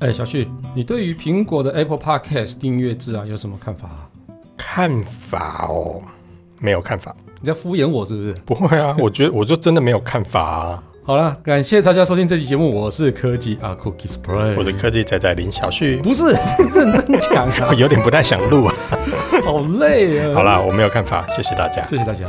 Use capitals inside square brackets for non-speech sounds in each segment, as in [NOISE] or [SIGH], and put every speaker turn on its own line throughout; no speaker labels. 哎，小旭，你对于苹果的 Apple Podcast 订阅制啊有什么看法、啊？
看法哦，没有看法，
你在敷衍我是不是？
不会啊， [LAUGHS] 我觉得我就真的没有看法啊。
好啦，感谢大家收听这期节目，我是科技啊 Cookie Spray，
我是科技仔仔林小旭， [LAUGHS]
不是 [LAUGHS] 认真讲啊，
有点不太想录啊。
好累啊。
好啦，我没有看法，谢谢大家。
谢谢大家。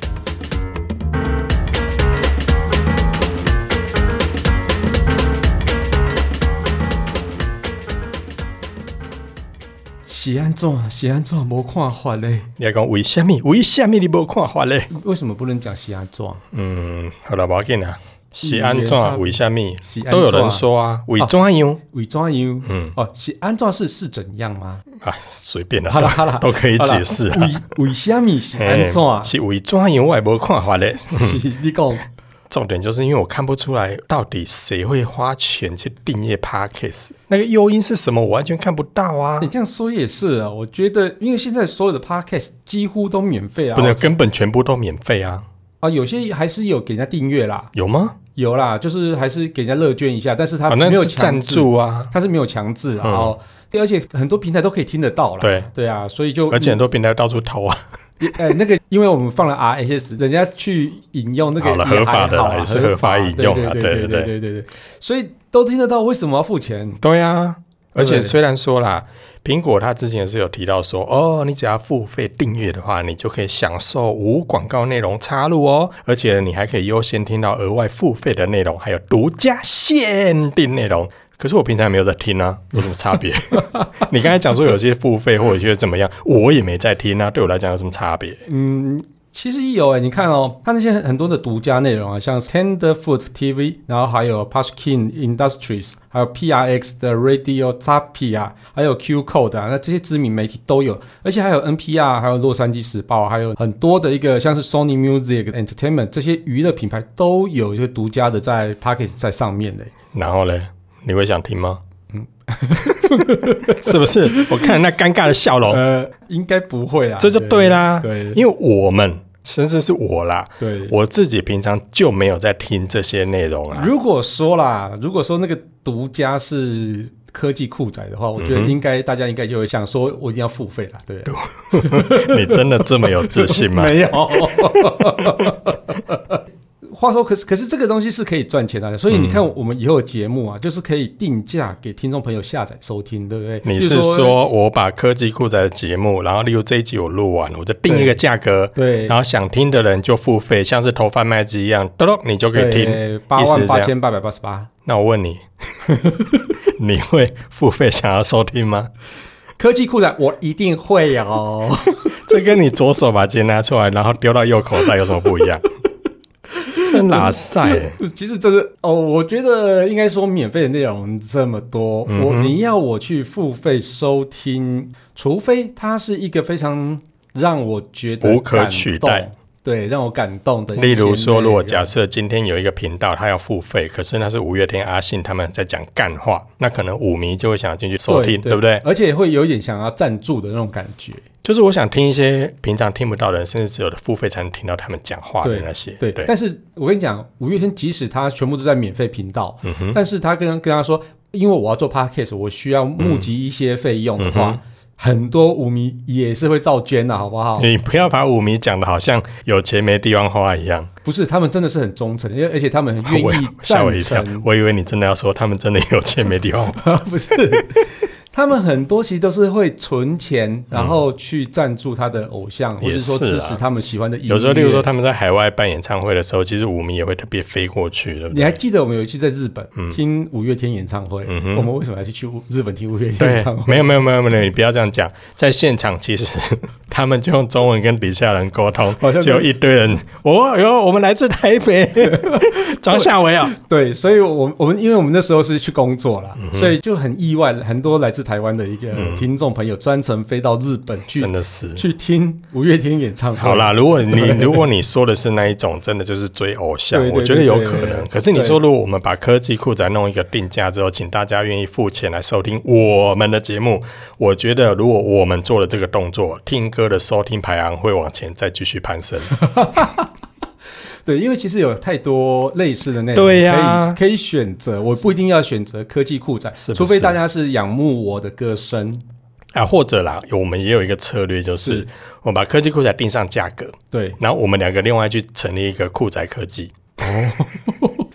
是安怎？是安怎无看法嘞？
你要讲为什么？为什么你无看法嘞？
为什么不能讲是安啊怎？
嗯，好了，不要紧啊。是安
语言差
怎？为什么
是？安
都有
怎
人说啊，为怎样？
为怎样？
嗯
哦，是安怎是是怎样吗？
啊，随便啦，
好啦好啦，
[LAUGHS] 都可以
好啦
解释啊。
为为什么是安怎？
嘿嗯是为怎样？我也没看法嘞。
是你讲哎
重点就是因为我看不出来到底谁会花钱去订阅 Podcast，那个诱因是什么，我完全看不到啊
你。这样说也是啊。我觉得，因为现在所有的 podcast 几乎都免费啊，
不能根本全部都免费啊？
啊，有些还是有给人家订阅啦，
有吗？
有啦，就是还是给人家乐捐一下，但是他
啊，
没
那
有
是赞
强制，
助啊。
他是没有强制啊。
嗯
哦，对而且很多平台都可以听得到啦。
对
对啊，所以就
而且很多平台到处偷啊，
哎，那个，因为我们放了 RSS，人家去引用那个
好了
也
合法的啦
还好啊
也是合法引用啊
对对
对
对
对
对对对，所以都听得到，为什么要付钱？
对啊。而且
对
虽然说啦，苹果它之前是有提到说，哦，你只要付费订阅的话，你就可以享受无广告内容插入哦，而且你还可以优先听到额外付费的内容，还有独家限定内容。可是我平常没有在听啊，有什么差别？你刚才讲说有些付费或者有些怎么样，我也没在听啊，对我来讲有什么差别？
嗯，其实有哎、你看哦，它那些很多的独家内容啊，像 Tenderfoot TV，然后还有 Pushkin Industries，还有 PRX 的 Radio Tapia，还有 Q Code 啊，那这些知名媒体都有，而且还有 NPR，还有洛杉矶时报，啊还有很多的一个像是 Sony Music Entertainment 这些娱乐品牌都有一些独家的在 p a c k a g e 在上面的、
然后嘞，你会想听吗？嗯， [LAUGHS] 是不是？我看了那尴尬的
[LAUGHS]
笑容，
呃，应该不会啦，
哦这就对啦。
对
因为我们甚至是我啦，
对。
我自己平常就没有在听这些内容啊。
[LAUGHS] 如果说啦，如果说那个独家是科技酷宅的
嗯
话，我觉得应该大家应该就会想说，我一定要付费啦，对不对？
你真的这么有
[LAUGHS]
自信吗？
没有。话说，可是可是这个东西是可以赚钱的，啊所以你
嗯
看我们以后的节目啊，就是可以定价给听众朋友下载收听，对不对？
你
比
是
如
说我把科技酷宅的节目，然后例如这一集我录完，我就定一个价格，
对
然后想听的人就付费，像是投贩卖机一样，咚咚你就可以听。
八
意思
万
是这
八
样
千八百八十八？
那
[LAUGHS]
我问你，你会付费想要收听吗？
科技酷宅我一定会哦有。
这跟你左手把钱拿出来，然后丢到右口袋有什么不一
[LAUGHS]
样？真拉塞、欸！
其实真的哦，我觉得应该说免费的内容这么多，
嗯哼
我你要我去付费收听，除非它是一个非常让我觉得
无可
感
取
动
代，
对，让我感动的一些内
例
容。
如说，如果假设今天有一个频道，它要付费，可是那是五月天、阿信他们在讲干话，那可能舞迷就会想要进去收听，对不对？
而且会有一点想要赞助的那种感觉。
就是我想听一些平常听不到的人，甚至只有付费才能听到他们讲话的那些。
对，但是我跟你讲，五月天即使他全部都在免费频道，
嗯哼，
但是他跟跟他说，因为我要做 podcast，我需要募集一些费用的话，
嗯哼
很多舞迷也是会照捐的、好不好？
你不要把舞迷讲的好像有钱没地方花一样。
不是，他们真的是很忠诚，因为而且他们很
[LAUGHS] 哦我
愿意
吓我
赞
一跳
成，，
我以为你真的要说他们真的有钱没地
[LAUGHS]
方花。
不是？他们很多其实都是会存钱，然后去赞助他的偶像，或
也
者说
是
支
啊
持他们喜欢的音乐。
有时候，例如说他们在海外办演唱会的时候，其实舞迷也会特别飞过去，对不
你还
对？
记得我们有一次在日本、听五月天演唱会，
嗯哼
我们为什么要去去日本听五月天
对
演唱，会？
没有没有没有没有，你不要这样讲。在现场，其实 [LAUGHS] 他们就用中文跟底下人沟通
好像，
就一堆人，哦哟，我们来自
[LAUGHS]
台北，张夏维啊，嗯
对，所以我我们因为我们那时候是去工作啦，所以就很意外，很多来自自台湾的一个听众朋友，专程飞到日本去
真的是。
去听五月天演唱会。
好啦，，如果你如果你说的是那一种，真的就是追偶像，
对对
我觉得
对
有
对
可
对
能
对。
可是你说，如果我们把科技酷宅弄一个定价之后，请大家愿意付钱来收听我们的节目，我觉得如果我们做了这个动作，听歌的收听排行会往前再继续攀升。
对，因为其实有太多类似的内容，
对呀
可以可以选择，我不一定要选择科技酷宅，
是不
除非
是
大家是仰慕我的歌声。
啊，或者啦，有我们也有一个策略，就是
是
我们把科技酷宅定上价格，
对
然后我们两个另外去成立一个酷宅科技。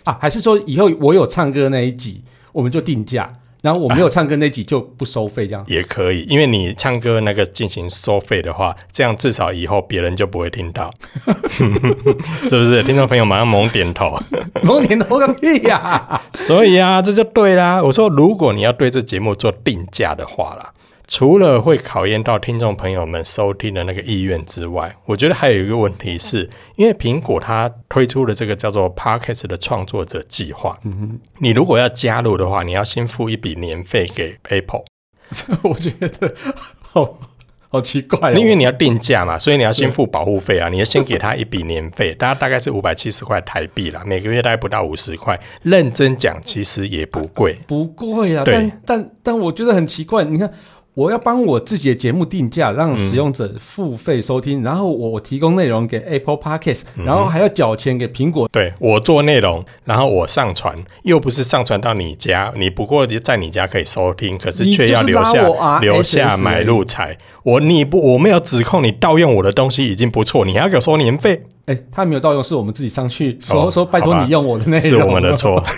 啊，还是说以后我有唱歌那一集，我们就定价，然后我没有唱歌那集就不收费这
[LAUGHS]
样。
也可以，因为你唱歌那个进行收费的话，这样至少以后别人就不会听到， [LAUGHS] 是不是？听众朋友马上猛点头。啊
龙年头个屁呀、 [LAUGHS]
所以啊，这就对啦。我说，如果你要对这节目做定价的话啦，除了会考验到听众朋友们收听的那个意愿之外，我觉得还有一个问题是，因为苹果它推出了这个叫做 Podcast 的创作者计划，你如果要加入的话，你要先付一笔年费给 Apple。
我觉得好好奇怪、哦，
因为你要定价嘛，所以你要先付保护费啊，你要先给他一笔年费，大家大概是五百七十块台币啦，每个月大概不到五十块。认真讲，其实也不贵。
不贵啊，
对
但但但我觉得很奇怪，你看。我要帮我自己的节目定价，让使用者付费收听，然后我我提供内容给 Apple Podcast，、然
嗯
后还要缴钱给苹果。
对我做内容，然后我上传，又不是上传到你家，你不过在你家可以收听，可是
你
却
就
要
是
留
拉
下
我啊哎 RSS
留下买入财。我你不我没有指控你盗用我的东西已经不错，你还要给我收年
[LAUGHS]
费，
哎、他没有盗用，是我们自己上去说、
哦
说拜
好
托
吧
你用我的内容，
是我们的错。
[LAUGHS] 哎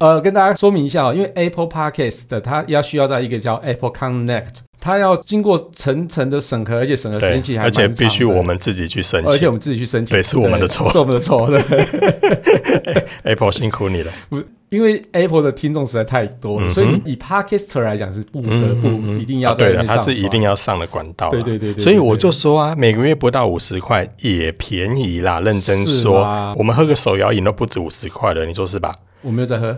呃，跟大家说明一下哦，因为 Apple Podcast 的它要需要在一个叫 Apple Connect，它要经过层层的审核，而且审核时
对
间期，还
而且
蛮长
必须
的
我，们自己去申
而且
请
我。们自己去申请，
对是我们的错
是我们的错，对，
Apple 辛苦你了。
不因为 Apple 的听众实在太多了，
嗯
所以以 Podcaster 来讲是不得不一定要
啊
在
对
那
的，
边
它
上
是一定
要
要上的管道啦。
对对对对
所以
对
我
对
就说啊，每个月不到五十块也便宜啦。认真
是啊
说
啦，
我们喝个手摇饮都不止五十块了，你说是吧？
我没有在喝，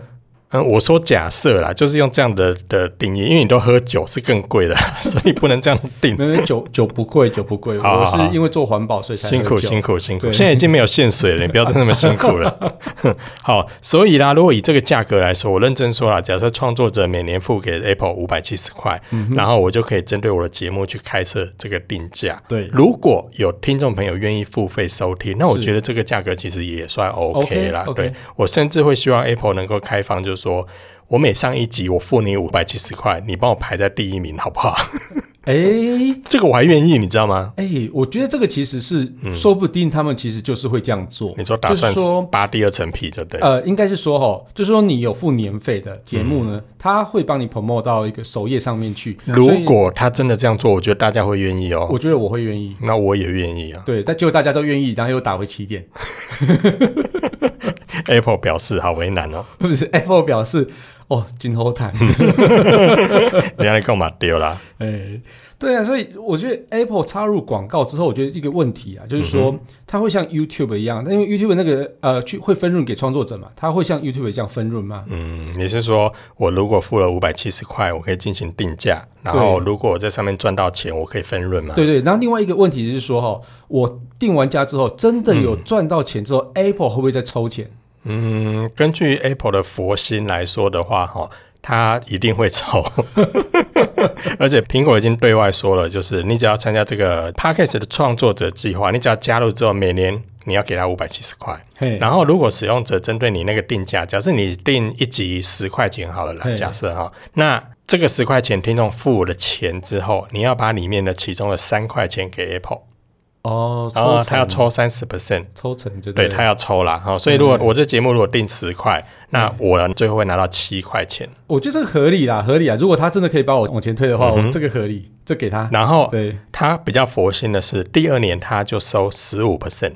嗯，我说假设啦，就是用这样的的定义，因为你都喝酒是更贵的， [LAUGHS] 所以不能这样定。
没有酒酒不贵，酒不贵，
好
我
好
是因为做环保所以才
辛苦辛
苦，
苦辛苦，
对
现在已经没有限水了，你不要
[LAUGHS]
那么辛苦了。 [LAUGHS] 好，所以啦，如果以这个价格来说，我认真说啦，假设创作者每年付给 Apple 五百七十块，
嗯
然后我就可以针对我的节目去开设这个定价。
对
如果有听众朋友愿意付费收听，那我
是
觉得这个价格其实也算 OK 啦。
OK，OK
对我甚至会希望 Apple 能够开放，就是说。我每上一集，我付你五百七十块，你帮我排在第一名，好不好？ [LAUGHS]
哎、
这个我还愿意，你知道吗？
哎、我觉得这个其实是，说不定他们其实就是会这样做。
你说嗯打算
就是说
扒第二层皮就对了。
呃，应该是说哈，就是说你有付年费的节目呢，它会帮你 promote 到一个首页上面去。所
嗯如
以
果他真的这样做，我觉得大家会愿意哦。
我觉得我会愿意，
那我也愿意啊。
对，但结果大家都愿意，然后又打回起点，
Apple 表示好为难 [LAUGHS] 哦，
[LAUGHS] 是不是？Apple 表示哦，今后谈，
嗯人家来干嘛丢啦？
[LAUGHS] 哎，对啊，所以我觉得 Apple 插入广告之后，我觉得一个问题啊，就是
嗯
说、它会像 YouTube 一样，那因为 YouTube 那个呃去会分润给创作者嘛，它会像 YouTube 这样分润吗？
嗯，你是说我如果付了五百七十块，我可以进行定价，然后如果我在上面赚到钱，我可以分润嘛？
对对，然后另外一个问题是说哈，我定完价之后，真的有赚到钱之后、a p p l e 会不会再抽钱？
嗯，根据 Apple 的佛心来说的话，哈，它一定会 [LAUGHS] 抽。而且苹果已经对外说了，就是你只要参加这个 Podcast 的创作者计划，你只要加入之后，每年你要给他五百七十块。
嘿，
然后，如果使用者针对你那个定价，假设你定一集十块钱好了啦，
嘿
假设哈，那这个十块钱听众付了钱之后，你要把里面的其中的三块钱给 Apple，
哦，
然后
抽
啊他要抽三十 percent，
抽成就
对
了
他要抽啦，哈、所以如
嗯
果我这节目如果定十块，那我最后会拿到七块钱，
我觉得这个合理啦，合理啊。如果他真的可以把我往前推的话，
嗯
我这个合理，这给他。
然后
对，
他比较佛心的是，第二年他就收十五 percent。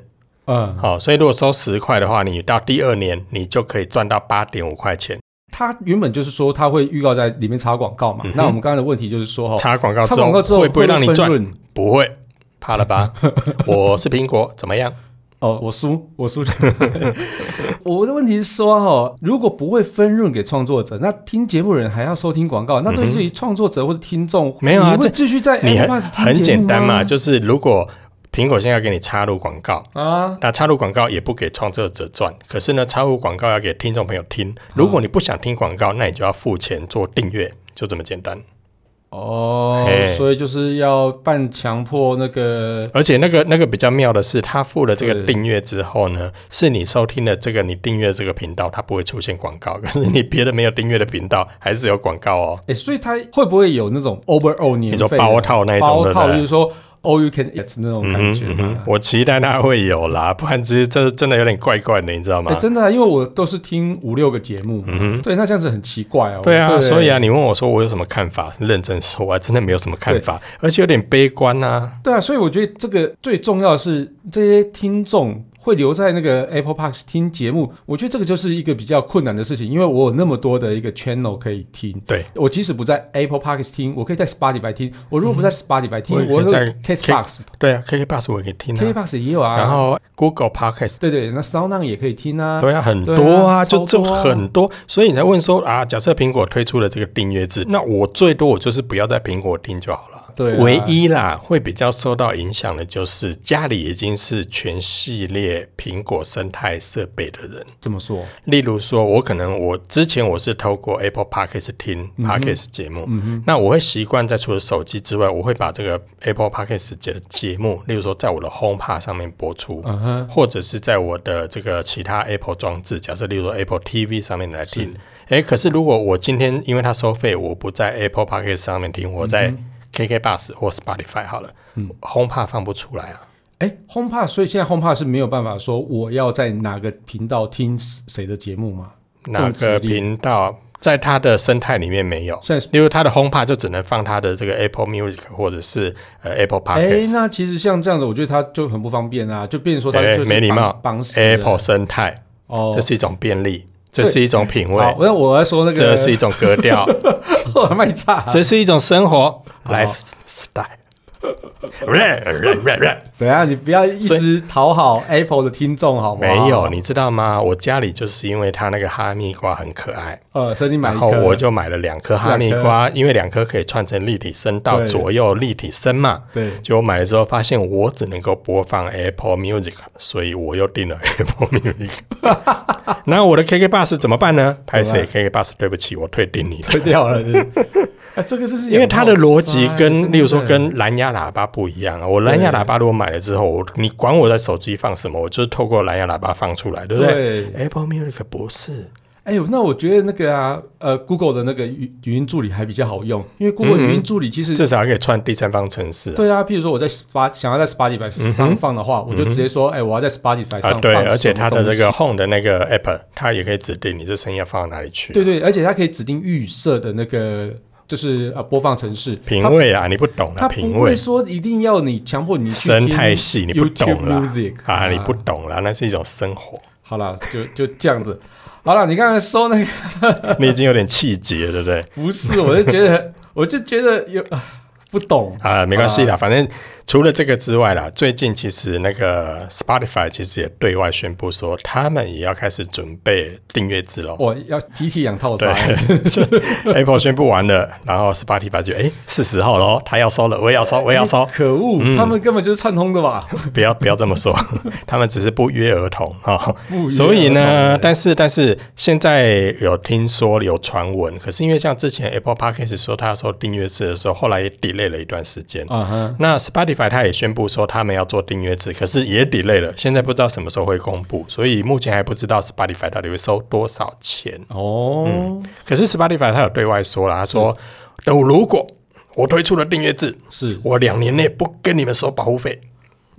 嗯，
好，所以如果收十块的话，你到第二年你就可以赚到八点五块钱。
他原本就是说他会预告在里面插广告嘛。那我们刚才的问题就是说哈，
嗯插广告之
插广告之
后
后
会不会让你
分
赚？
润？
[LAUGHS]
[LAUGHS]
不会，怕了吧？我是苹果，怎么样？
哦，我输，我输。 [LAUGHS] 我的问题是说哈，如果不会分润给创作者，那听节目人还要收听广告，那对于创作者或者听众，
没有啊
你会
这
继续在
你
Apple
很
Podcast 哎听
很
节目啊
简单嘛，
吗
就是如果苹果现在给你插入广告，
啊，
那插入广告也不给创作者赚，可是呢，插入广告要给听众朋友听。如果你不想听广告，那你就要付钱做订阅，就这么简单。
哦
嘿，
所以就是要半强迫那个
而且那个那个比较妙的是，他付了这个
对
订阅之后呢，是你收听的这个你订阅这个频道，它不会出现广告，可是你别的没有订阅的频道还是有广告哦。
哎、所以它会不会有那种 overall 年
说
费的啊
包套那一种
包
的
套
对
就是说 all you can eat 那种感
嗯
觉
哼嗯
嘛
哼，？我期待它会有啦，不然其实这真的有点怪怪的，你知道
哎、
吗？
真的、啊，因为我都是听五六个节目，
嗯哼。
对，那这样子很奇怪哦。
对啊，所以啊，，你问我说我有什么看法？认真说，我还真的没有什么看法，而且有点悲观呐、
对啊，所以我觉得这个最重要的是这些听众会留在那个 Apple Park 听节目，我觉得这个就是一个比较困难的事情，因为我有那么多的一个 channel 可以听。
对，
我即使不在 Apple Park 听，我可以在 Spotify 听。我如果不在 Spotify 听，
嗯我也可以
我会
在
Castbox、
对啊，KK Bus 我也可以听啊，
K-box 也有啊。
然后 Google Podcast
对对，那 Sound On 也可以听啊。
对啊，很
对啊
多啊，
超
就这
多啊
很多，所以你才问说啊，假设苹果推出了这个订阅制，那我最多我就是不要在苹果听就好了。
对啊
唯一啦会比较受到影响的就是家里已经是全系列苹果生态设备的人，
这么说，
例如说，我可能我之前我是透过 Apple Podcast 听
嗯
Podcast 节目，那我会习惯在除了手机之外，我会把这个 Apple Podcast 节的节目，例如说在我的 HomePod 上面播出，
嗯哼，
或者是在我的这个其他 Apple 装置，假设例如说 Apple TV 上面来听。诶，可是如果我今天因为它收费，我不在 Apple Podcast 上面听，我
嗯
在 KK Bus 或 Spotify 好了、h o m e p o d 放不出来啊。
哎，HomePod，所以现在 HomePod 是没有办法说我要在哪个频道听谁的节目吗？
哪
这种
个
指令
频道在它的生态里面没有？
现在是
例如它的 HomePod 就只能放它的这个 Apple Music 或者是呃 Apple
哎，
Podcast、
那其实像这样子，我觉得他就很不方便啊，就变成说他
哎
就是
没礼
绑
貌
绑死了
Apple 生态，
啊哦
这。是一种便利，这是一种品味
好，，那我要说那
这
个
是一种格调，
[LAUGHS] 卖差，
这是一种生活
好
lifestyle。不
等一下你不要一
所以
直讨好 Apple 的听众好不好？
没有，，你知道吗？我家里就是因为它那个哈密瓜很可爱，
呃，所以你买
然
一
后
颗，
我就买了两颗哈密瓜，因为两颗可以串成立体声到
对
左右立体声嘛。
对
结果买了之后发现我只能够播放 Apple Music，所以我又订了 [LAUGHS] Apple Music。那我的 KK Bus 怎么办呢？拍谁 KK Bus，对不起，我退订你了。
退掉了。
[LAUGHS]
就是啊，这个就是
因为它的逻辑
很好塞
跟，例如说
真的
跟蓝牙喇叭不一样啊。我蓝牙喇叭如果买了之后，我你管我在手机放什么，我就是透过蓝牙喇叭放出来，对不对
对
a p p l e Music 不是，
哎呦，那我觉得那个啊，呃，Google 的那个语语音助理还比较好用，因为 Google
嗯
语音助理其实
至少还可以串第三方程式啊。嗯
对啊，譬如说我在 Spot 想要在 Spotify 上放的话，我就直接说，哎，我要在 Spotify 上
啊，
放。
对，而且它的这个 Home 的那个 App，它也可以指定你这声音要放到哪里去。
对对，而且它可以指定预设的那个就是呃播放程式，
品味啊，你不懂
它
啊，
不
品
会
味
说一定要你强迫你去
生
听
态系你不
YouTube
懂啦
music
啊，你不懂啦，那是一种生活，
好啦，就就这样子。好了，你刚才说那个
你已经有点气节，对不对？
不是，我就觉
[LAUGHS]
得我就觉得有啊不懂
啊，没关系啦，反正除了这个之外啦，最近其实那个 Spotify 其实也对外宣布说，他们也要开始准备订阅制喽。
我要集体养套餐。
对就，Apple 宣布完了，然后 Spotify 就哎是时候喽，他要收了，我也要收，我也要收，
可恶，
嗯
他们根本就是串通的
[LAUGHS]
吧？
不要不要这么说， [LAUGHS] 他们只是不约而同哈、
不约
所以
而
呢，
同
但是但是现在有听说有传闻，可是因为像之前 Apple Podcast 说它收订阅制的时候，后来也 delay 了一段时间。
啊哈，
那 Spotify 它也宣布说他们要做订阅制，可是也 delay 了，现在不知道什么时候会公布，所以目前还不知道 Spotify 到底会收多少钱。
哦，
可是 Spotify 它有对外说了，他说，
嗯
等如果我推出了订阅制，
是
我两年内不跟你们收保护费，嗯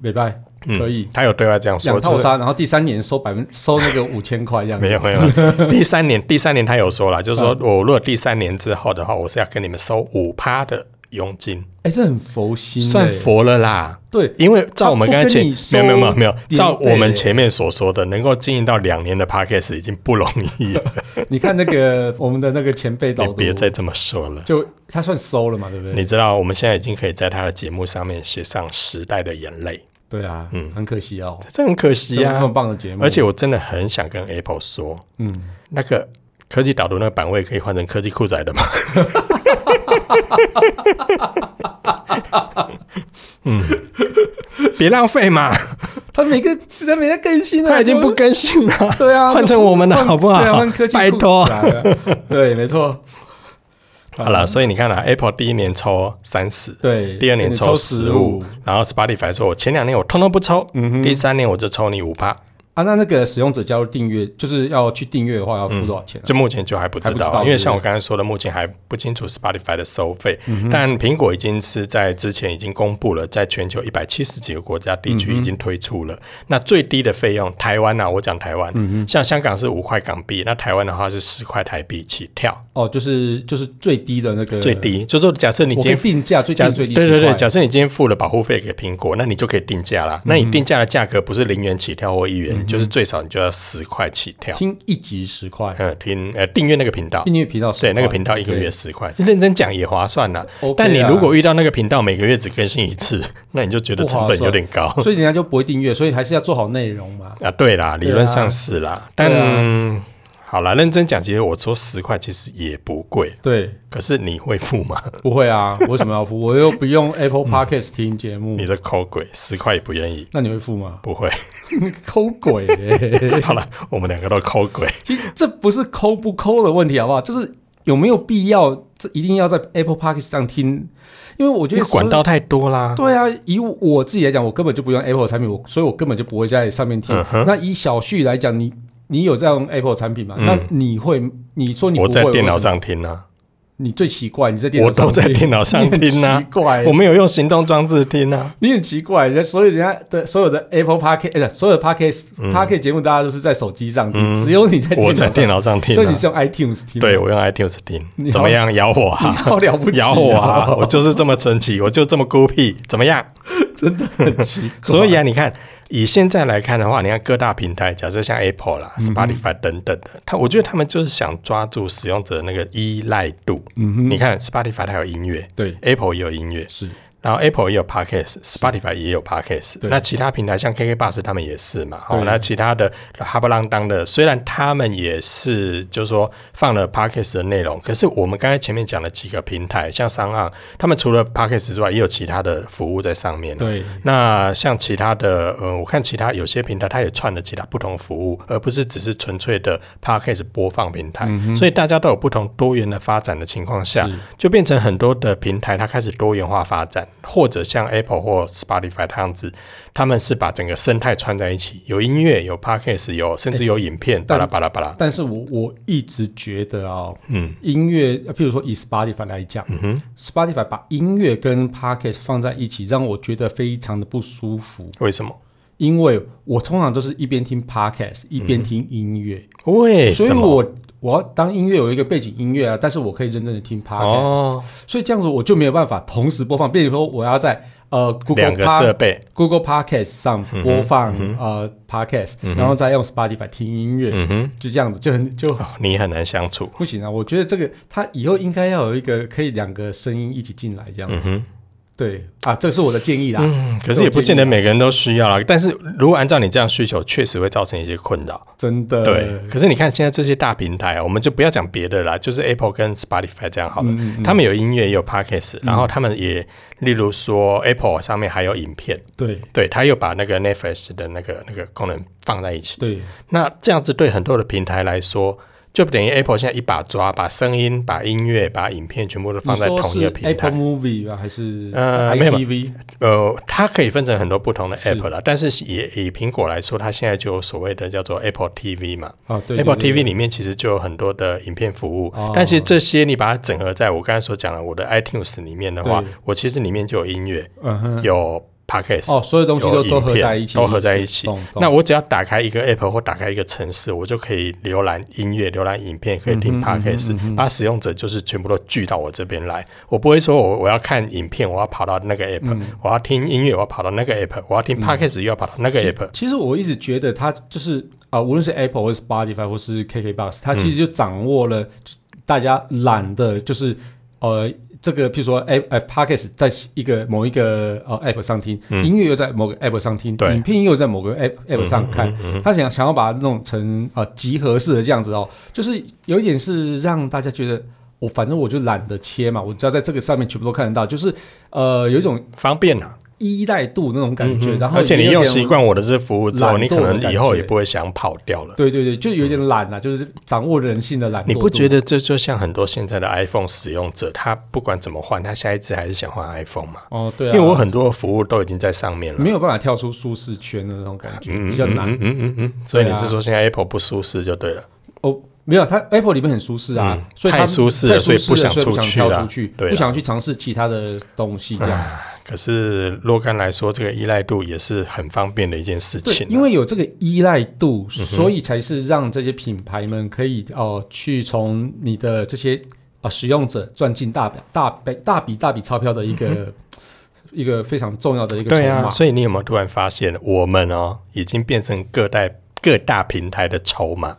美拜，可以
他有对外这样说，
养套
就是
餐，然后第三年收百分收那个五千块这样子。
[LAUGHS] 没有
[LAUGHS]
没有，第三年第三年他有说
嗯
了，就是说我如果第三年之后的话，我是要跟你们收五趴的佣金，
哎，这很佛心，欸
算。佛了啦。
对，
因为照我们刚才前
他
没有
不跟你
没有没有没有
收，年
照我们
费
前面所说的，能够经营到两年的 podcast 已经不容
[LAUGHS]
易了，
你看那个我们的那个前辈导
你
读，
别再这么说了。
就他算收了嘛，对不对？
你知道我们现在已经可以在他的节目上面写上时代的眼泪，
对啊，
嗯
很可惜哦，
这很可惜
这么
啊！
棒的节目，
而且我真的很想跟 Apple 说，
嗯，
那个科技导读那个版位可以换成科技酷仔 [LAUGHS] 的吗？嗯，别浪费嘛，
他每个他每天更新了，啊
它已经
就
不更新了，
对啊，
换成我们的
换
好不好
对啊，换科技
拜托
酷仔啊，对，没错，
好了，所以你看啦 a p p l e 第一年抽三十，
对，
[LAUGHS] 第二年
你
抽
抽
十五，嗯然后 Spotify 说我前两年我通通不抽，第三年我就抽你五趴，
啊，那那个使用者加入订阅，就是要去订阅的话，要付多少钱啊？
这目嗯前就还不知
还不知
道，
道
因为像
对嗯
我刚才说的，目前还不清楚 Spotify 的收费，但苹果已经是在之前已经公布了，在全球一百七十几个国家地
嗯
区已经推出了。那最低的费用，台湾啊，我讲台湾，
嗯
像香港是五块港币，那台湾的话是十块台币起跳，
哦，就是就是最低的那个
最，低。就说假设你
我
今
可以
天
定价最低
假
最低
对对
10块啊嗯
对，假设你今天付了保护费给苹果，那你就可以定价啦。那你定价的价格不是零元起跳或一元，就是最少你就要十块起跳。
听一集十块，
呃，听呃订阅那个频道，
订阅频道10
对，那个
块
频道一个
对
月十块，认真讲也划算啦。
哦 OK 啊
但你如果遇到那个频道每个月只更新一次，那你就觉得成本有点高
[LAUGHS] 所以人家就不会订阅，所以还是要做好内容嘛。
啊。对啦，理
啊
论上是啦，但、
对啊
好啦，认真讲，其实我说十块其实也不贵，
对，
可是你会付吗？
不会啊，我为什么要付？
[LAUGHS]
我又不用 Apple Podcast 听节目
嗯你，这抠鬼，十块也不愿意。
那你会付吗？ [LAUGHS]
不会，
抠鬼欸
好了，我们两个都抠鬼。
其实这不是抠不抠的问题，好不好？就是有没有必要，这一定要在 Apple Podcast 上听？因为我觉
因
得
为管
说
道太多啦。
对啊，以我自己来讲，我根本就不用 Apple 产品，我所以我根本就不会在上面听。
嗯哼
那以小旭来讲，你你有在用 Apple 产品吗？
嗯
那你会，你啊说你不
我
会
在电脑，
为什么
上听啊，
你最奇怪，你在电脑
我
上
都在电脑上听
啊，
啊
奇，怪，
我没有用行动装置听啊。
你很奇怪，人家所有人家的所有的 Apple Podcast，呃所有的 Podcast、
嗯
Podcast 节目，大家都是在手机上听，
嗯
只有你在电脑
我
上，
在电脑上听、啊，
所以你是用 iTunes 听，
对，，我用 iTunes 听，
你
怎么样？咬我
你
啊！
好了不起、
[LAUGHS] 咬我啊！我就是这么神奇，我就这么孤僻，怎
[LAUGHS]
么样？
真的很奇怪。
所以啊，你看，以现在来看的话，你看各大平台，假设像 Apple
嗯
啦、Spotify 等等的，它我觉得他们就是想抓住使用者的那个依赖度。
嗯哼，
你看 Spotify 它有音乐
对，
，Apple 也有音乐，
是
然后 Apple 也有 Podcast，Spotify 也有 Podcast，
对
那其他平台像 KK Bus 他们也是嘛，哦
对，
那其他的哈不浪当的，虽然他们也是就是说放了 Podcast 的内容，可是我们刚才前面讲了几个平台，像商岸，他们除了 Podcast 之外，也有其他的服务在上面。
对，
那像其他的，呃，我看其他有些平台，它也串了其他不同服务，而不是只是纯粹的 podcast 播放平台。所以大家都有不同多元的发展的情况下
嗯是，
就变成很多的平台它开始多元化发展，或者像 Apple 或 Spotify 这样子，他们是把整个生态串在一起，有音乐，有 podcast，有甚至有影片，巴拉巴拉巴拉。
但是我我一直觉得哦，
嗯
音乐，呃譬如说以 Spotify 来讲、
嗯哼，
s p o t i f y 把音乐跟 Podcast 放在一起，让我觉得非常的不舒服，
为什么？
因为我通常都是一边听 Podcast 一边听音乐，
为
所以
嗯什么？
我我要当音乐有一个背景音乐啊，但是我可以认真的听 Podcast，、
哦，
所以这样子我就没有办法同时播放，比如说我要在呃 Google
两
p
个
o
设备，嗯
Google Podcast 上播放、呃 Podcast，、然后再用 Spotify 听音乐，
嗯哼，
就这样子就很就
哦你很难相处。
不行啊！我觉得这个它以后应该要有一个可以两个声音一起进来这样
嗯
子。
哼。
对啊，这是我的建议啦。
嗯，可是也不见得每个人都需要啦。但是如果按照你这样需求，确实会造成一些困扰。
真的。
对，可是你看现在这些大平台啊，我们就不要讲别的啦，就是 Apple 跟 Spotify 这样好了，
嗯
他们有音乐也有 Podcast，、然后他们也例如说 Apple 上面还有影片，
对
对，他又把那个 Netflix 的那个那个功能放在一起。
对
那这样子对很多的平台来说。就等于 Apple 现在一把抓，把声音、把音乐、把影片全部都放在
你
同
说
一个
是
平台
Apple。Movie 啊吧，还是
呃没有
ITV？
呃，它可以分成很多不同的 app 啦，但是也以苹果来说，它现在就有所谓的叫做 Apple TV 嘛。
啊，对
Apple
对
TV
对
里面其实就有很多的影片服务，
哦
但其实这些你把它整合在我刚才所讲的我的 iTunes 里面的话
对，
我其实里面就有音乐，
嗯哼，
有 podcast，、
哦，所有东西都
有
都
影
合
片
在一起，
都合在一起
懂懂
那我只要打开一个 app 或打开一个城市，我就可以浏览音乐、浏览影片，可以听
嗯哼
podcast，、把使用者就是全部都聚到我这边来。我不会说我我要看影片，我要跑到那个 app，、我要
嗯
听音乐，我要跑到那个 app，我要听 podcast 又要跑到那个 app。
其实我一直觉得它就是啊、无论是 Apple 或是 Spotify 或
嗯
是 KKBox，它其实就掌握了大家懒的，就是呃这个，譬如说 app 呃 podcast 在一个某一个呃 app 上听，
嗯
音乐又在某个 app 上听，
对
影片又在某个 app app 上看，
嗯嗯嗯嗯
他想想要把它弄成啊、呃集合式的这样子哦，就是有一点是让大家觉得。我反正我就懒得切嘛，我只要在这个上面全部都看得到，就是呃有一种
方便啊，
依赖度那种感觉，
嗯哼
然后
而且
也
你
有
用
点
习惯我的这服务之后，
懒
你可
惰的
能
感
以后
觉
也不会想跑掉了。
对对对，就有点懒啊，就是掌握人性的懒惰度。
你不觉得这就像很多现在的 iPhone 使用者，他不管怎么换，他下一次还是想换 iPhone 嘛？
哦，对
因
啊，
为我很多服务都已经在上面了，
没有办法跳出舒适圈的那种感觉，
嗯
比较难。
嗯嗯嗯嗯嗯，所以
对
你
啊
是说现在 Apple 不舒适就对了？
哦，没有，它 Apple 里面很舒适啊，
嗯
所以它
太舒适了
太舒
所以不想
所以不
出
想
去
跳
啦
出去，
对啊
不想去尝试其他的东西这样。
啊可是若干来说，这个依赖度也是很方便的一件事
对
情啊、，嗯
因为有这个依赖度，所以才是让这些品牌们可以哦、呃去从你的这些啊、呃使用者赚进大笔大笔大笔大笔钞票的一个、一个非常重要的一个筹
嗯对
码
啊，。所以你有没有突然发现，我们哦已经变成各代各大平台的筹码？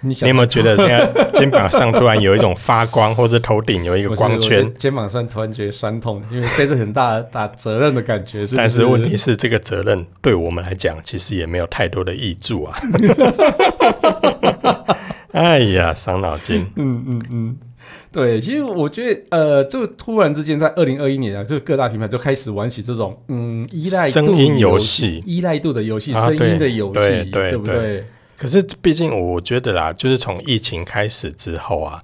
你
你
想
有没有觉得现在肩膀上突然有一种发光，或者头顶有一个
不是
光，
我
圈
的？肩膀上突然觉得酸痛，因为背着很大大责任的感觉，是不
但
是
是问题是，这个责任对我们来讲，其实也没有太多的益
[LAUGHS]
处啊。哎呀，伤脑筋。
嗯嗯嗯，对，其实我觉得，呃，就突然之间在二零二一年啊，就是各大品牌都开始玩起这种嗯依赖度
声音游
游
戏
依赖度的游戏、
啊
声音的
对
游戏，
对对
不
对
对？
可是，毕竟我觉得啦，就是从疫情开始之后啊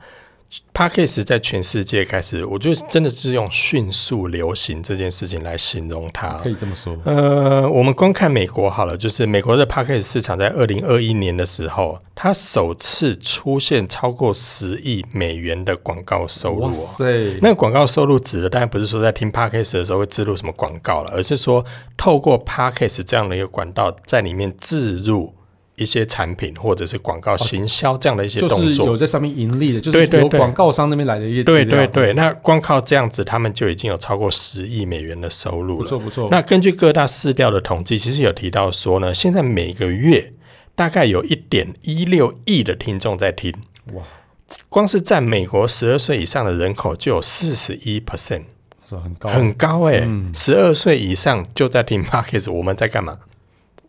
p a c k a g e 在全世界开始，我觉得真的是用迅速流行这件事情来形容它
可。以这么说。
呃，我们光看美国好了，就是美国的 p a c k a g e 市场在二零二一年的时候，它首次出现超过十亿美元的广告收入、
哇
哦。
塞，
那广告收入指的当然不是说在听 podcast 的时候会植入什么广告了，而是说透过 podcast 这样的一个管道，在里面置入一些产品或者是广告行销这样的一些
哦就
动
是
作。
有在上面盈利的，就
对
是
对
有
对
广告商那边来的一些资
对
料嗯
对，对，那光靠这样子，他们就已经有超过十亿美元的收入
不
了。
错不错。
那根据各大市调的统计，其实有提到说呢，现在每个月大概有一点一六亿的听众在听，
哇，
光是在美国十二岁以上的人口就有四十一 percent。
是很高。嗯
很高哎、十二岁以上就
[LAUGHS]
在听 podcast，我们在干嘛？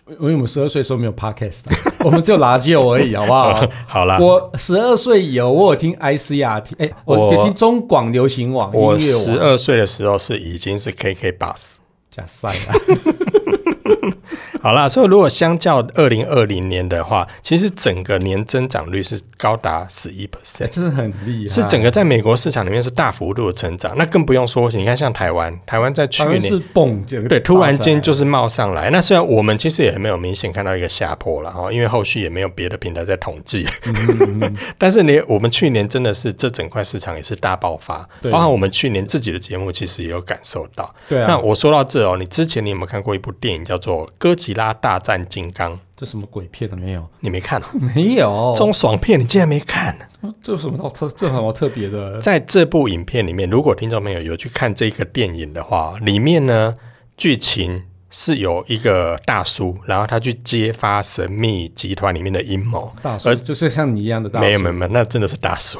因为我们十二岁的时候没有 podcast，啊 [LAUGHS] 我们只有拉旧而已，好不好？
哦好啦，
啊我十二岁有，我有听 ICRT，哎、我
我
有听中广流行网音
我
乐
十
网，
二岁的时候是已经是 KK bus。
加塞啦，
好啦，所以如果相较二零二零年的话，其实整个年增长率是高达十一
哎
percent。
[LAUGHS] 真的很厉害，
是整个在美国市场里面是大幅度的成长，那更不用说，你看像台湾，台湾在去
好像
年
是蹦这个，
对，突然间就是冒上来。那虽然我们其实也没有明显看到一个下坡了哈，因为后续也没有别的平台在统计。
嗯
[LAUGHS] 但是呢，我们去年真的是这整块市场也是大爆发，
对
包含我们去年自己的节目其实也有感受到。
对啊，
那我说到这哦，你之前你有没有看过一部电影叫做《哥吉拉大战金刚》？
这什么鬼片的没有？
你 [LAUGHS] 没看哦？
没有，
这种爽片你竟然没看？
这有什么好特，这有什么特别的？
在这部影片里面，如果听众朋友有去看这个电影的话，里面呢剧情是有一个大叔，然后他去揭发神秘集团里面的阴谋。
大叔、就是像你一样的大叔，
呃没有没有没有，那真的是大叔。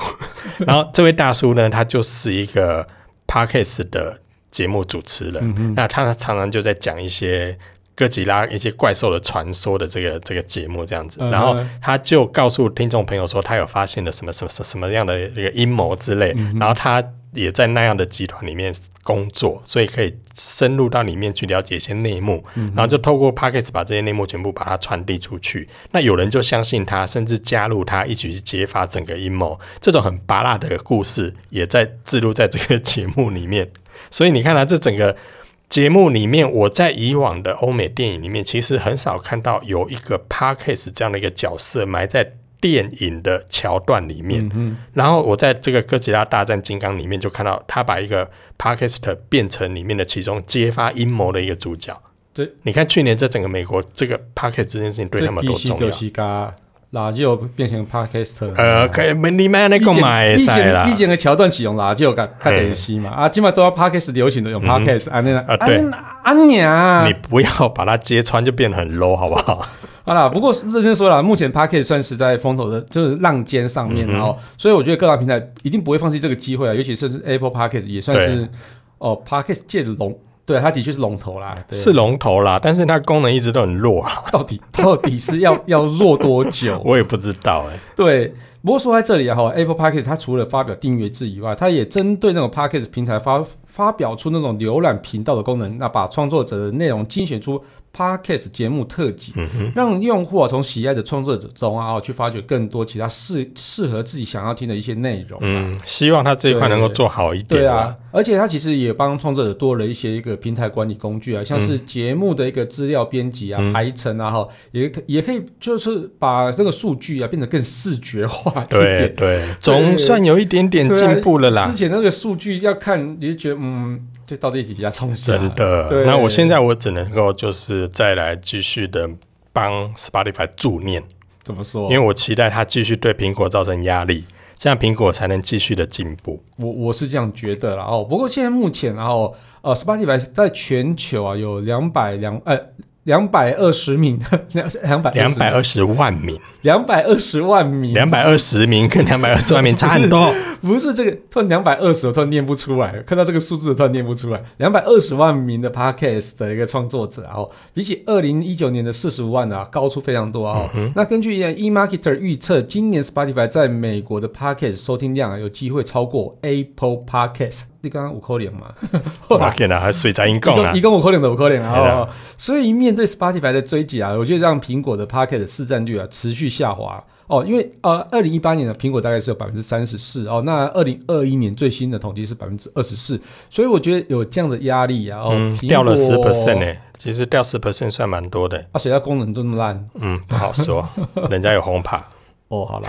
[LAUGHS] 然后这位大叔呢，他就是一个 [LAUGHS] podcast 的节目主持人，
嗯
那他常常就在讲一些。哥吉拉一些怪兽的传说的这个这个节目这样子，
嗯哼
然后他就告诉听众朋友说，他有发现了什么什么什么什么样的一个阴谋之类，
嗯
然后他也在那样的集团里面工作，所以可以深入到里面去了解一些内幕，
嗯
然后就透过 p a c k e t 把这些内幕全部把它传递出去。那有人就相信他，甚至加入他一起去揭发整个阴谋。这种很拔辣的故事也在记录在这个节目里面。所以你看啊，这整个节目里面，我在以往的欧美电影里面，其实很少看到有一个 p a r k a s 这样的一个角色埋在电影的桥段里
嗯
面。然后我在这个哥吉拉大战金刚里面就看到他把一个 p a r k a s 变成里面的其中揭发阴谋的一个主角。
对，
你看去年这整个美国这个 p a r k a s 这件事情对他们
这
多
必须
重
就
要。
是嘎，拉就变成 podcast，
呃，可以，你买那
以
个
前
买
以
晒啦
前以。前的桥段是用啦，就看看电视嘛，啊，今嘛都要 podcast 流行的用 podcast，安尼啦，
嗯啊对
安尼啊，
你不要把它揭穿，就变得很 low，好不好？
好啦，不过认真说啦，目前 p a c k e t 算是在风头的，就是浪尖上面，
嗯哼
然后，所以我觉得各大平台一定不会放弃这个机会啊，尤其是 Apple p a c k e t 也算是哦 p a c k e t 界的龙，对，它的确是龙头啦，对啊
是龙头啦，但是它功能一直都很弱啊，
到底 [LAUGHS] 到底是要要弱多久？
我也不知道哎、
对，不过说在这里啊哈，Apple p a c k e t 它除了发表订阅制以外，它也针对那种 p a c k e t 平台发发表出那种浏览频道的功能，那把创作者的内容精选出 p a c k e t 节目特辑，
嗯哼，
让用户啊从喜爱的创作者中啊去发掘更多其他适适合自己想要听的一些内容。
嗯，希望它这一块能够做好一
对
点啦
啊，，而且它其实也帮创作者多了一些一个平台管理工具啊，像是节目的一个资料编辑啊、
嗯
排程啊，哈，也可也可以就是把这个数据啊变得更视觉化啊一
对
点。
对，总算有一点点
对啊
进步了啦
之。前那个数据要看，你就觉得嗯，这到底底下冲啥？
真的
对。
那我现在我只能够就是再来继续的帮 Spotify 助念，
怎么说？啊
因为我期待它继续对苹果造成压力，这样苹果才能继续的进步。
我我是这样觉得啦哦，不过现在目前然后呃，Spotify 在全球啊有两百两呃两百二十名 [LAUGHS] 两两百
两百二十万名，
两百二十万名，
两百二十名跟两百二十万名差
[LAUGHS]
很多。
不是这个突然两百二十，我突然念不出来，看到这个数字我突然念不出来，两百二十万名的 Podcast 的一个创作者啊哦，比起二零一九年的四十五万啊高出非常多啊哦。
嗯
那根据 eMarketer 预测，今年 Spotify 在美国的 Podcast 收听量啊有机会超过 Apple Podcast。你刚刚五扣脸嘛？后来
哇天哪，还水在硬
一
供啊
共一！共五扣脸的五扣脸
对啦
啊！哦所以面对 Spotify 的追击啊，我觉得让苹果的 Pocket 的市占率啊持续下滑。哦，因为呃，二零一八年的苹果大概是有百分之三十四哦，那二零二一年最新的统计是百分之二十四，所以我觉得有这样的压力啊，哦，
嗯，
苹果
掉了十 percent 呢，其实掉十 percent 算蛮多的。
啊，谁料功能这么烂？
嗯，不好说， [LAUGHS] 人家有红牌。
哦，好啦，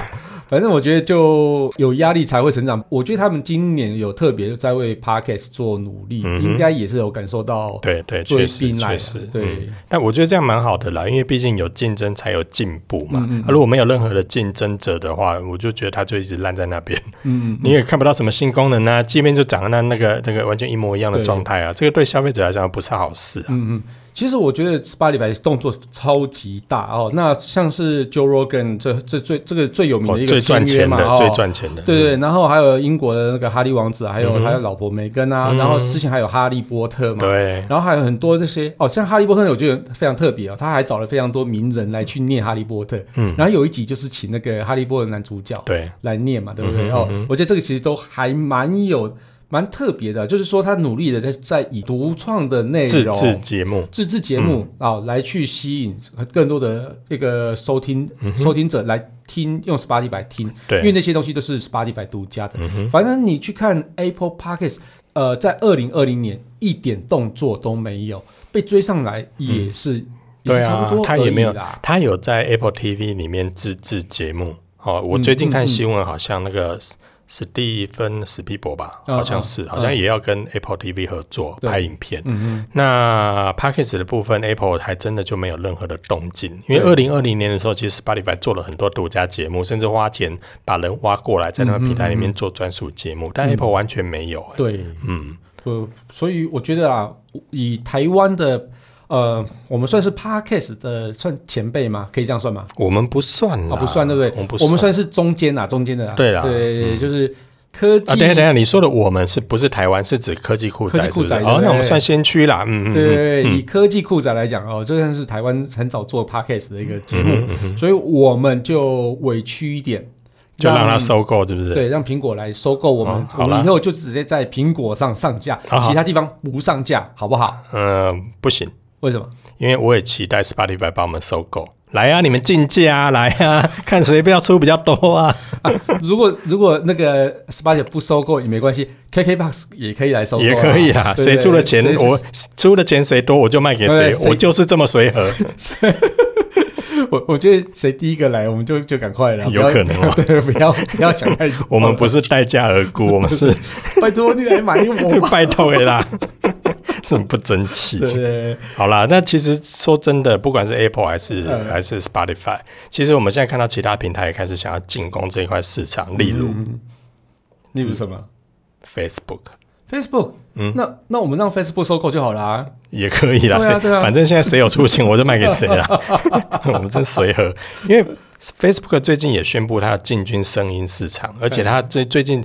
反正我觉得就有压力才会成长。我觉得他们今年有特别在为 Podcast 做努力，
嗯哼
应该也是有感受到
对对，
追
确实
兵来
确
了
实，嗯
对，
但我觉得这样蛮好的啦，因为毕竟有竞争才有进步嘛。
嗯嗯嗯
啊如果没有任何的竞争者的话，我就觉得它就一直烂在那边，
嗯，
你也看不到什么新功能啊，界面就长得那那个那个完全一模一样的状态啊，这个对消费者来讲不是好事啊。
嗯嗯，其实我觉得 Spotify 动作超级大哦。那像是 Joe Rogan 这这最这个最有名
哦
的嗯一个
最赚
签约
钱
嘛，
的，
哦
最赚钱的，
对对，然后还有英国的那个哈利王子，还有
嗯哼
他的老婆梅根啊，
嗯
然后之前还有哈利波特嘛，
对，
然后还有很多这些哦，像哈利波特，我觉得非常特别哦，他还找了非常多名人来去念哈利波特，
嗯
然后有一集就是请那个哈利波特男主角
对，
来念嘛，对不对？
嗯哼
哦
嗯哼，
我觉得这个其实都还蛮有蛮特别的，就是说他努力的在在以独创的内
自
容
制节目，
自制节目
嗯
啊、来去吸引更多的这个收听、收听者来听，用 Spotify 听，因为
嗯对，
那些东西都是 Spotify 独家的。
嗯哼，
反正你去看 Apple Podcast，呃，在二零二零年一点动作都没有，被追上来也是、也
对
是差
啊
不多，
他
而
也
已
没有
啦。
他有在 Apple TV 里面自制节目。哦，我最近
嗯嗯
看新闻，好像那个史史蒂芬史皮博吧，
嗯
好像是，
嗯
好像也要跟 Apple TV 合作
对
拍影片。
嗯嗯，
那 p a c k a g e 的部分，Apple 还真的就没有任何的动静，因为二零二零年的时候，其实 Spotify 做了很多独家节目，甚至花钱把人挖过来，在
嗯
那个平台里面做专属节目，但 Apple 完全没有、欸。
对，
嗯，
呃，所以我觉得啊，以台湾的。呃，我们算是 podcast 的算前辈吗？可以这样算吗？
我们不算啦
啊，不算对不对？
我们不
我们算是中间啊，中间的啦。
对啦嗯
对，就是科技。
啊，等一下等一下，你说的我们是不是台湾？是指科技酷宅
科技酷宅
是不是哦
对，
那我们算先驱啦。嗯嗯，嗯
对，以科技酷宅来讲哦，就算是台湾很早做 podcast 的一个节
嗯
目，所以我们就委屈一点，
就让它收购，是不是？
对，让苹果来收购我们
哦，好
我
啦啊
们以后就直接在苹果上上架，
好好
其他地方不上架，好不好？
嗯、不行，
为什么？ [LAUGHS]
因为我也期待 Spotify 把我们收购。来啊，你们竞价啊，来啊， [LAUGHS] 看谁不要出比较多啊，
如果如果那个 Spotify 不收购也没关系，KKBox 也可以来收购啊，
也可以啦。
对
谁出的钱
对，对
我出的钱谁多，我就卖给
对
谁，
谁
我就是这么
[LAUGHS]
随和。
我我觉得谁第一个来，我们就就赶快来，
有
不要
可能哦
[LAUGHS] 对，不要不要想太多，
[LAUGHS]
哦
我们不是待价而沽，我们是
拜托你来买我吧， [LAUGHS]
拜托的啦， [LAUGHS] 这么不争气。
对对对，
好啦，那其实说真的，不管是 Apple 还是、
嗯
还是 Spotify，其实我们现在看到其他平台也开始想要进攻这一块市场，例如
嗯，例如什么
Facebook。
Facebook。嗯，那那我们让 Facebook 收购就好啦。
也可以啦，
对啊
谁
对啊
反正现在谁有出钱，我就卖给
[LAUGHS]
谁啦。 [LAUGHS] 我们真随和，因为 Facebook 最近也宣布它要进军声音市场，而且它最最近。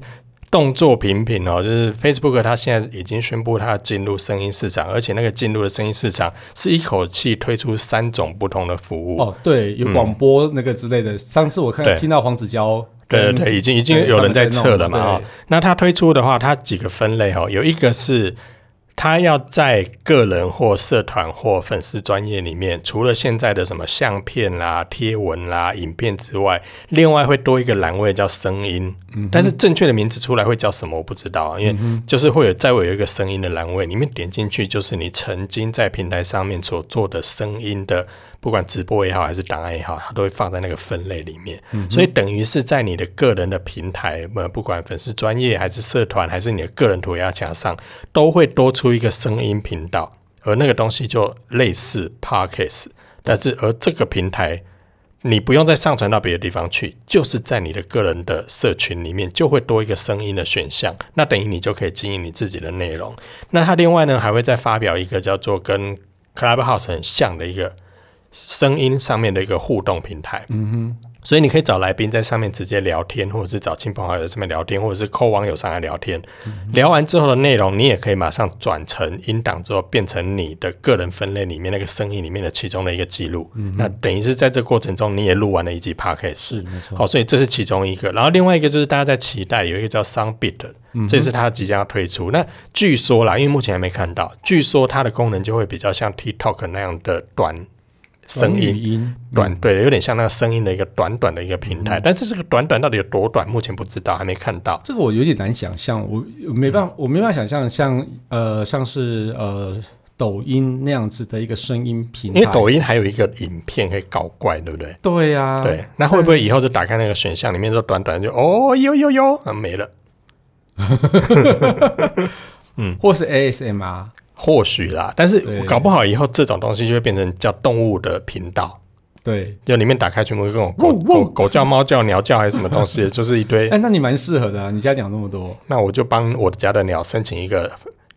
动作频频哦，就是 Facebook 它现在已经宣布它进入声音市场，而且那个进入的声音市场是一口气推出三种不同的服务。
哦，对，有广播那个之类的。上次我看
嗯对
听到黄子佼
对
跟，
对对，已经已
对
经有人在测了嘛
他们在弄
哦。那它推出的话，它几个分类哦，有一个是它要在个人或社团或粉丝专业里面，除了现在的什么相片啦、贴文啦、影片之外，另外会多一个栏位叫声音。
嗯
但是正确的名字出来会叫什么我不知道啊，因为就是会有再会有一个声音的栏位，里面点进去就是你曾经在平台上面所做的声音的，不管直播也好还是档案也好，它都会放在那个分类里面。所以等于是在你的个人的平台，呃，不管粉丝专业还是社团，还是你的个人涂鸦墙上，都会多出一个声音频道，而那个东西就类似 Podcast，但是而这个平台。你不用再上传到别的地方去，就是在你的个人的社群里面就会多一个声音的选项，那等于你就可以经营你自己的内容。那它另外呢还会再发表一个叫做跟 Clubhouse 很像的一个声音上面的一个互动平台。嗯哼。所以你可以找来宾在上面直接聊天，或者是找亲朋好友在上面聊天，或者是扣网友上来聊天。聊完之后的内容，你也可以马上转成音档之后，变成你的个人分类里面那个声音里面的其中的一个记录。那等于是在这过程中，你也录完了一集 podcast。是，好，所以这是其中一个。然后另外一个就是大家在期待有一个叫 Soundbit 的，这也是它即将要推出。那据说啦，因为目前还没看到，据说它的功能就会比较像 TikTok 那样的短声
语
音嗯
音
短，对，有点像那个声音的一个短短的一个平
嗯
台，但是这个短短到底有多短，目前不知道，还没看到。
这个我有点难想象，我我没
嗯
办法，我没办法想象像呃像是呃抖音那样子的一个声音平
因
台，
为抖音还有一个影片可以搞怪，对不对？
对呀，
对，那会不会以后就打开那个选项里面就短短就哦有有有啊没了？嗯
或是 ASMR，
或许啦，但是
对
搞不好以后这种东西就会变成叫动物的频道，
对，
就里面打开全部是各种狗狗狗叫、猫叫、鸟叫还是什么东西，就是一堆
[LAUGHS] 哎、。那你蛮适合的、啊，你家鸟那么多， [LAUGHS]
那我就帮我家的鸟申请一个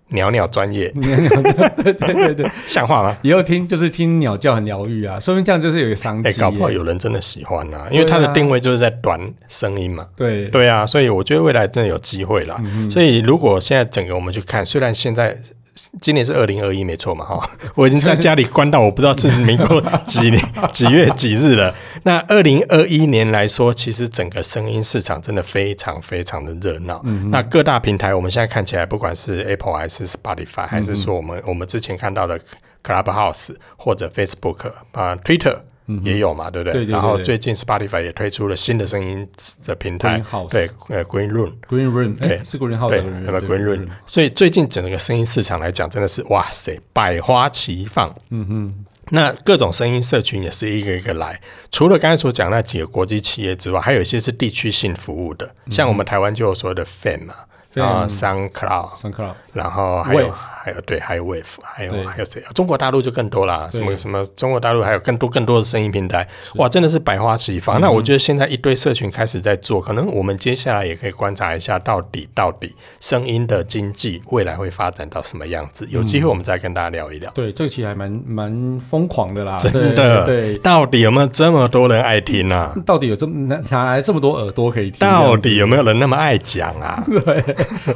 鸟鸟专业，
嗯对对对对，
像话吗？
以后听就是听鸟叫很疗愈啊，说明这样就是有一个商机
哎、
耶、
搞不好有人真的喜欢啊，因为它的
对啊
定位就是在短声音嘛。
对嗯
对啊，所以我觉得未来真的有机会啦。所以如果现在整个我们去看，虽然现在今年是二零二一没错嘛，哈， [LAUGHS] 我已经在家里关到我不知道是民国
[LAUGHS]
几年几月几日了。那二零二一年来说，其实整个声音市场真的非常非常的热闹。
嗯
那各大平台我们现在看起来，不管是 Apple 还是 Spotify，还
嗯
是说我们、我们之前看到的 Clubhouse 或者 Facebook 啊、Twitter。也有嘛，对不对？
嗯对对对
然后
对
最近 Spotify 也推出了新的声音的平台
Green House
对，呃，Green Room，
，Green Room，哎、
对
是 Green House
对，
的 Green
那么 Green Room，所以最近整个声音市场来讲，真的是哇塞，百花齐放。嗯哼，那各种声音社群也是一个一个来，除了刚才所讲那几个国际企业之外，还有一些是地区性服务的，像我们台湾就有所谓的嗯 Fan 嘛，然后 SoundCloud，
s u n c l o
然后还有
Wave
还有对，还有 Wave，还有
对
还有谁？哦中国大陆就更多啦，什么
对
什么中国大陆还有更多更多的声音平台，哇，真的是百花齐
嗯
放。那我觉得现在一堆社群开始在做，可能我们接下来也可以观察一下，到底到底声音的经济未来会发展到什么样
嗯
子？有机会我们再跟大家聊一聊。
对，这个其实还蛮蛮疯狂的啦，
真
对
的，
对
到底有没有这么多人爱听啊？
到底有这么哪哪来这么多耳朵可以听？
到底有没有人那么爱讲
[LAUGHS]
啊？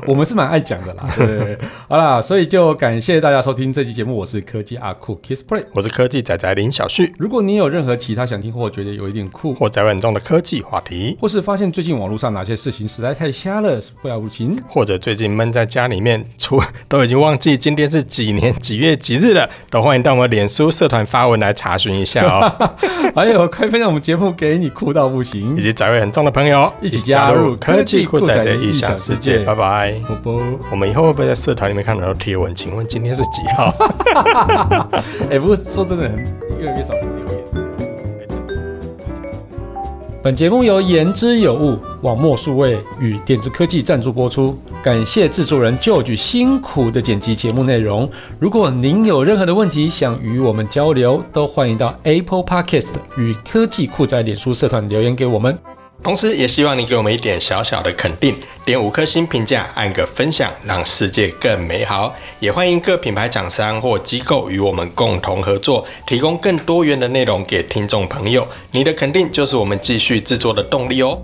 我们是蛮爱讲的
[LAUGHS]
啦，对，好啦，所以就感谢大家收听这期节目，我是科技阿酷 Kiss Play。
我是科技仔仔林小旭，
如果你有任何其他想听或觉得有一点酷，
或宅晚中的科技话题。
或是发现最近网络上哪些事情实在太瞎了，是不了不行，
或者最近闷在家里面，出都已经忘记今天是几年几月几日了，都欢迎到我们脸书社团发文来查询一下
[LAUGHS]
哦，
还有快分享我们节目给你酷到不行
以，及宅位很重的朋友
一起加入
科
科
技
技
酷
酷
宅
宅
的
的
异
异
想
想
世
世
界，
界
拜拜。
啵啵。
我们以后会不会在社团里面看到贴文？请问今天是几号？
哎、不过说真的很，越来越少人留言。呃本节目由言之有物、网墨数位与点子科技赞助播出，感谢制作人 George 辛苦的剪辑节目内容。如果您有任何的问题想与我们交流，都欢迎到 Apple Podcast 与科技酷宅脸书社团留言给我们。
同时，也希望你给我们一点小小的肯定，点五颗星评价，按个分享，让世界更美好。也欢迎各品牌厂商或机构与我们共同合作，提供更多元的内容给听众朋友。你的肯定就是我们继续制作的动力哦。